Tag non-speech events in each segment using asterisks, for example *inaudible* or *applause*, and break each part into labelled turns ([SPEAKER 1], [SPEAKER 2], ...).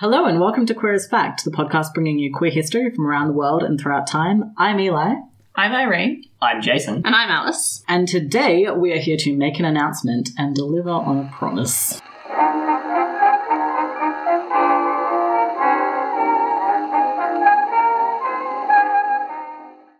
[SPEAKER 1] Hello and welcome to Queer as Fact, the podcast bringing you queer history from around the world and throughout time. I'm Eli,
[SPEAKER 2] I'm Irene.
[SPEAKER 3] I'm Jason.
[SPEAKER 4] And I'm Alice.
[SPEAKER 1] and today we are here to make an announcement and deliver on a promise.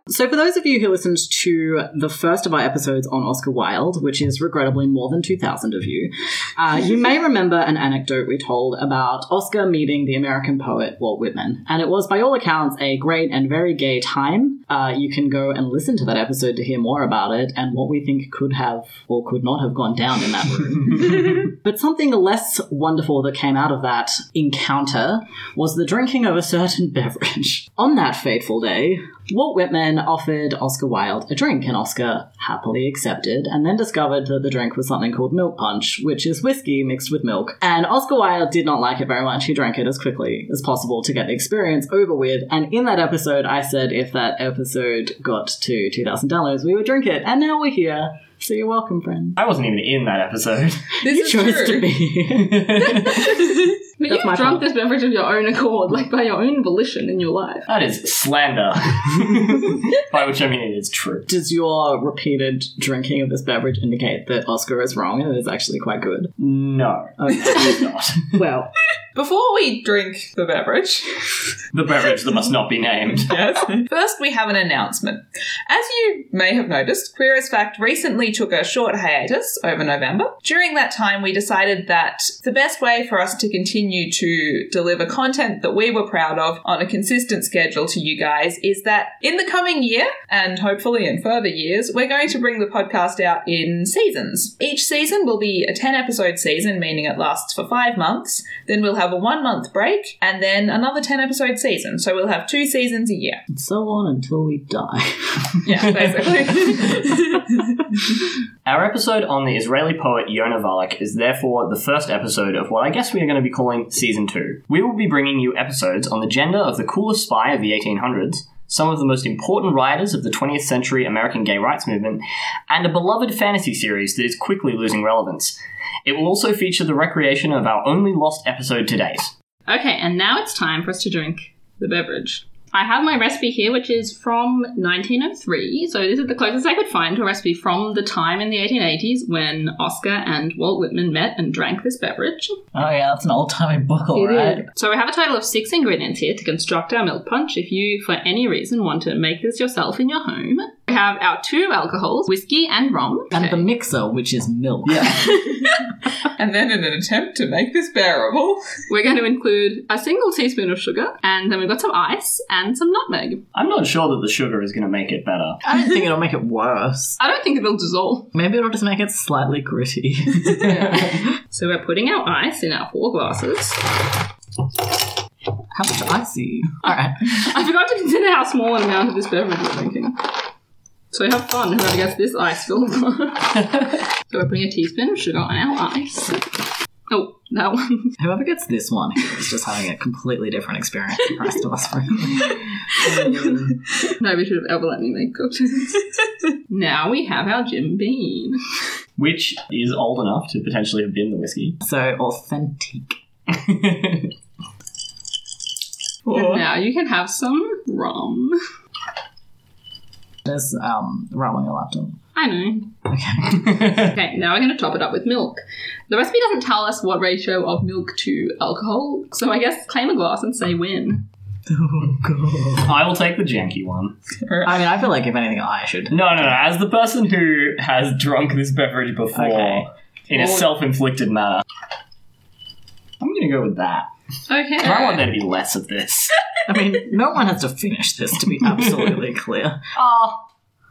[SPEAKER 1] So, for those of you who listened to the first of our episodes on Oscar Wilde, which is regrettably more than 2,000 of you, uh, you may remember an anecdote we told about Oscar meeting the American poet Walt Whitman. And it was, by all accounts, a great and very gay time. Uh, you can go and listen to that episode to hear more about it and what we think could have or could not have gone down in that room. but something less wonderful that came out of that encounter was the drinking of a certain *laughs* beverage. On that fateful day, Walt Whitman offered Oscar Wilde a drink, and Oscar happily accepted, and then discovered that the drink was something called milk punch, which is whiskey mixed with milk. And Oscar Wilde did not like it very much. He drank it as quickly as possible to get the experience over with. And in that episode, I said if that episode got to $2,000, we would drink it. And now we're here. So you're welcome, friend.
[SPEAKER 3] I wasn't even in that episode. *laughs*
[SPEAKER 2] This
[SPEAKER 1] you chose to be. *laughs*
[SPEAKER 4] But
[SPEAKER 1] That's
[SPEAKER 4] you've
[SPEAKER 1] my
[SPEAKER 4] drunk
[SPEAKER 1] fault.
[SPEAKER 4] this beverage of your own accord, like by your own volition in your life.
[SPEAKER 3] that is slander. By which I mean it is true.
[SPEAKER 1] Does your repeated drinking of this beverage indicate that Oscar is wrong and it is actually quite good?
[SPEAKER 3] No,
[SPEAKER 1] *laughs* Okay.
[SPEAKER 3] it is not.
[SPEAKER 1] well,
[SPEAKER 2] Before we drink the beverage, *laughs*
[SPEAKER 3] The beverage that must not be named.
[SPEAKER 2] yes. First, we have an announcement. As you may have noticed, Queer as Fact recently took a short hiatus over November. During that time, we decided that the best way for us to continue to deliver content that we were proud of on a consistent schedule to you guys is that in the coming year, and hopefully in further years, we're going to bring the podcast out in seasons. Each season will be a 10 episode season, meaning it lasts for five months. Then we'll have a one month break, and then another 10 episode season. So we'll have two seasons a year.
[SPEAKER 1] and so on until we *laughs* die.
[SPEAKER 2] Yeah, basically.
[SPEAKER 3] Our episode on the Israeli poet Yonah Valak is therefore the first episode of what I guess we are going to be calling Season 2. We will be bringing you episodes on the gender of the coolest spy of the 1800s, some of the most important writers of the 20th century American gay rights movement, and a beloved fantasy series that is quickly losing relevance. It will also feature the recreation of our only lost episode to date.
[SPEAKER 4] Okay, and now it's time for us to drink the beverage. I have my recipe here, which is from 1903. So, this is the closest I could find to a recipe from the time in the 1880s when Oscar and Walt Whitman met and drank this beverage.
[SPEAKER 5] Oh yeah, that's an old timey buckle,
[SPEAKER 4] It
[SPEAKER 5] right?
[SPEAKER 4] is. So we have a total of six ingredients here to construct our milk punch. If you, for any reason, want to make this yourself in your home, we have our two alcohols, whiskey and rum.
[SPEAKER 1] And the
[SPEAKER 4] Okay.
[SPEAKER 1] mixer, which is milk.
[SPEAKER 2] and then, in an attempt to make this bearable,
[SPEAKER 4] We're going to include a single teaspoon of sugar, and then we've got some ice and some nutmeg.
[SPEAKER 3] *laughs* I'm not sure that the sugar is going to make it better.
[SPEAKER 1] *laughs* I don't think it'll make it worse.
[SPEAKER 4] I don't think it'll dissolve.
[SPEAKER 1] Maybe it'll just make it slightly *laughs* gritty.
[SPEAKER 4] So we're putting our ice in our four glasses.
[SPEAKER 1] How much icy? Alright.
[SPEAKER 4] I forgot to consider how small an amount of this beverage we're drinking. So have fun whoever gets this ice filled. *laughs* so we're putting a teaspoon of sugar on our ice. Oh, that one. *laughs*
[SPEAKER 1] Whoever gets this one is just having a completely different experience than the rest of us.
[SPEAKER 4] Nobody should have ever let me
[SPEAKER 2] *laughs*
[SPEAKER 4] make cocktails. now we have our Jim Bean.
[SPEAKER 3] Which is old enough to potentially have been
[SPEAKER 1] *laughs*
[SPEAKER 3] the whiskey.
[SPEAKER 1] so authentic.
[SPEAKER 4] And now you can have some rum.
[SPEAKER 1] There's um rum on your laptop.
[SPEAKER 4] I know. Okay. okay, now we're going to top it up with milk. The recipe doesn't tell us what ratio of milk to alcohol, so I guess claim a glass and say when.
[SPEAKER 1] *laughs* Oh god.
[SPEAKER 3] I will take the janky one.
[SPEAKER 1] I mean I feel like if anything I should.
[SPEAKER 3] No, no, no. As the person who has drunk this beverage before
[SPEAKER 1] Okay.
[SPEAKER 3] in a
[SPEAKER 1] Well-
[SPEAKER 3] self inflicted manner, I'm going to go with that.
[SPEAKER 4] Okay.
[SPEAKER 3] I want there to be less of this.
[SPEAKER 1] I mean, no one has to finish this to be absolutely clear.
[SPEAKER 3] Ah,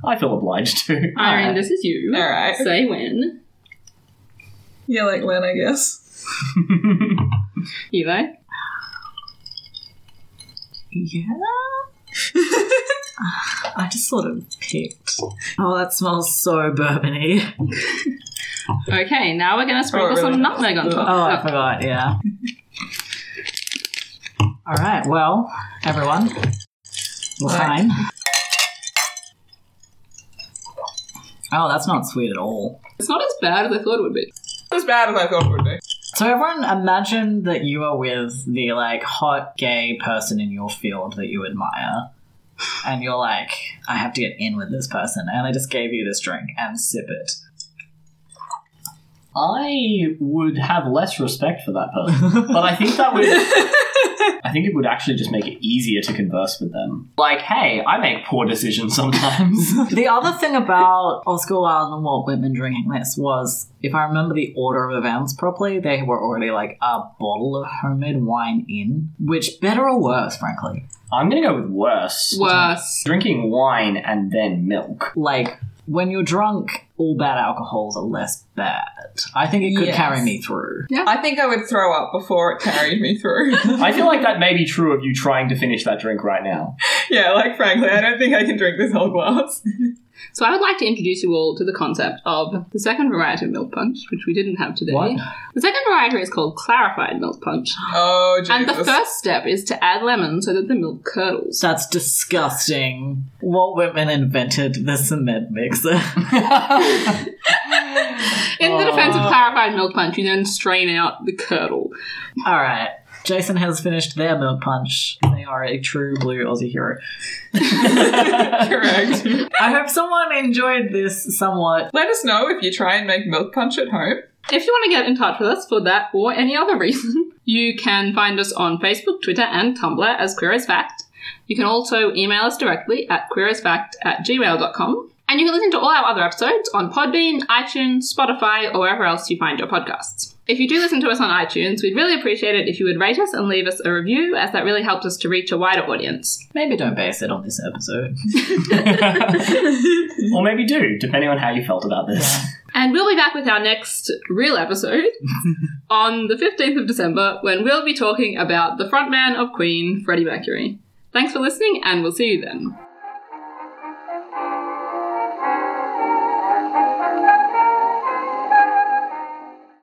[SPEAKER 3] I feel obliged to.
[SPEAKER 4] Irene, this is you.
[SPEAKER 2] All right.
[SPEAKER 4] Say when.
[SPEAKER 2] yeah, like when I guess.
[SPEAKER 4] Eli.
[SPEAKER 1] Yeah. *laughs* I just sort of picked. Oh, that smells so bourbony.
[SPEAKER 4] Okay, now we're going to
[SPEAKER 2] Oh,
[SPEAKER 4] sprinkle
[SPEAKER 2] it really does.
[SPEAKER 4] some nutmeg on
[SPEAKER 1] Oh, I
[SPEAKER 4] top.
[SPEAKER 1] forgot, yeah. All right, well, everyone, we're
[SPEAKER 2] Right.
[SPEAKER 1] fine. Oh, that's not sweet at all. Oh,
[SPEAKER 4] It's not as bad as I thought it would be.
[SPEAKER 2] As bad as I thought it would be.
[SPEAKER 1] So everyone, imagine that you are with the like hot gay person in your field that you admire, and you're like, I have to get in with this person, and I just gave you this drink and sip it.
[SPEAKER 3] I would have less respect for that person, but I think
[SPEAKER 1] *laughs*
[SPEAKER 3] that would. I think it would actually just make it easier to converse with them. Like, hey, I make poor decisions sometimes.
[SPEAKER 1] *laughs* The other thing about Oscar Wilde and Walt Whitman drinking this was, if I remember the order of events properly, they were already like a bottle of homemade wine in, which better or worse, frankly.
[SPEAKER 3] I'm gonna go with worse.
[SPEAKER 4] Worse.
[SPEAKER 3] Drinking wine and then milk.
[SPEAKER 1] Like when you're drunk, all bad alcohols are less bad. I think it could
[SPEAKER 2] Yes.
[SPEAKER 1] carry me through.
[SPEAKER 2] I think I would throw up before it carried me through. *laughs*
[SPEAKER 3] I feel like that may be true of you trying to finish that drink right now.
[SPEAKER 2] yeah, like frankly, I don't think I can drink this whole glass.
[SPEAKER 4] So I would like to introduce you all to the concept of the second variety of milk punch, which we didn't have today.
[SPEAKER 1] What?
[SPEAKER 4] The second variety is called clarified milk punch.
[SPEAKER 2] Oh, Jesus.
[SPEAKER 4] And the first step is to add lemon so that the milk curdles.
[SPEAKER 1] That's disgusting. Walt Whitman invented the cement mixer. *laughs*
[SPEAKER 4] In the defense of clarified milk punch, you then strain out the curdle.
[SPEAKER 1] all right. Jason has finished their milk punch. They are a true blue Aussie hero.
[SPEAKER 2] Correct.
[SPEAKER 1] I hope someone enjoyed this somewhat.
[SPEAKER 2] Let us know if you try and make milk punch at home.
[SPEAKER 4] *laughs* If you want to get in touch with us for that or any other reason, *laughs* you can find us on Facebook, Twitter, and Tumblr as Queer as Fact. You can also email us directly at queerasfact at gmail.com. And you can listen to all our other episodes on Podbean, iTunes, Spotify, or wherever else you find your podcasts. If you do listen to us on iTunes, we'd really appreciate it if you would rate us and leave us a review, as that really helps us to reach a wider audience.
[SPEAKER 1] Maybe don't base it on this episode.
[SPEAKER 3] or maybe do, depending on how you felt about this.
[SPEAKER 4] And we'll be back with our next real episode on the 15th of December when we'll be talking about the frontman of Queen, Freddie Mercury. Thanks for listening, and we'll see you then.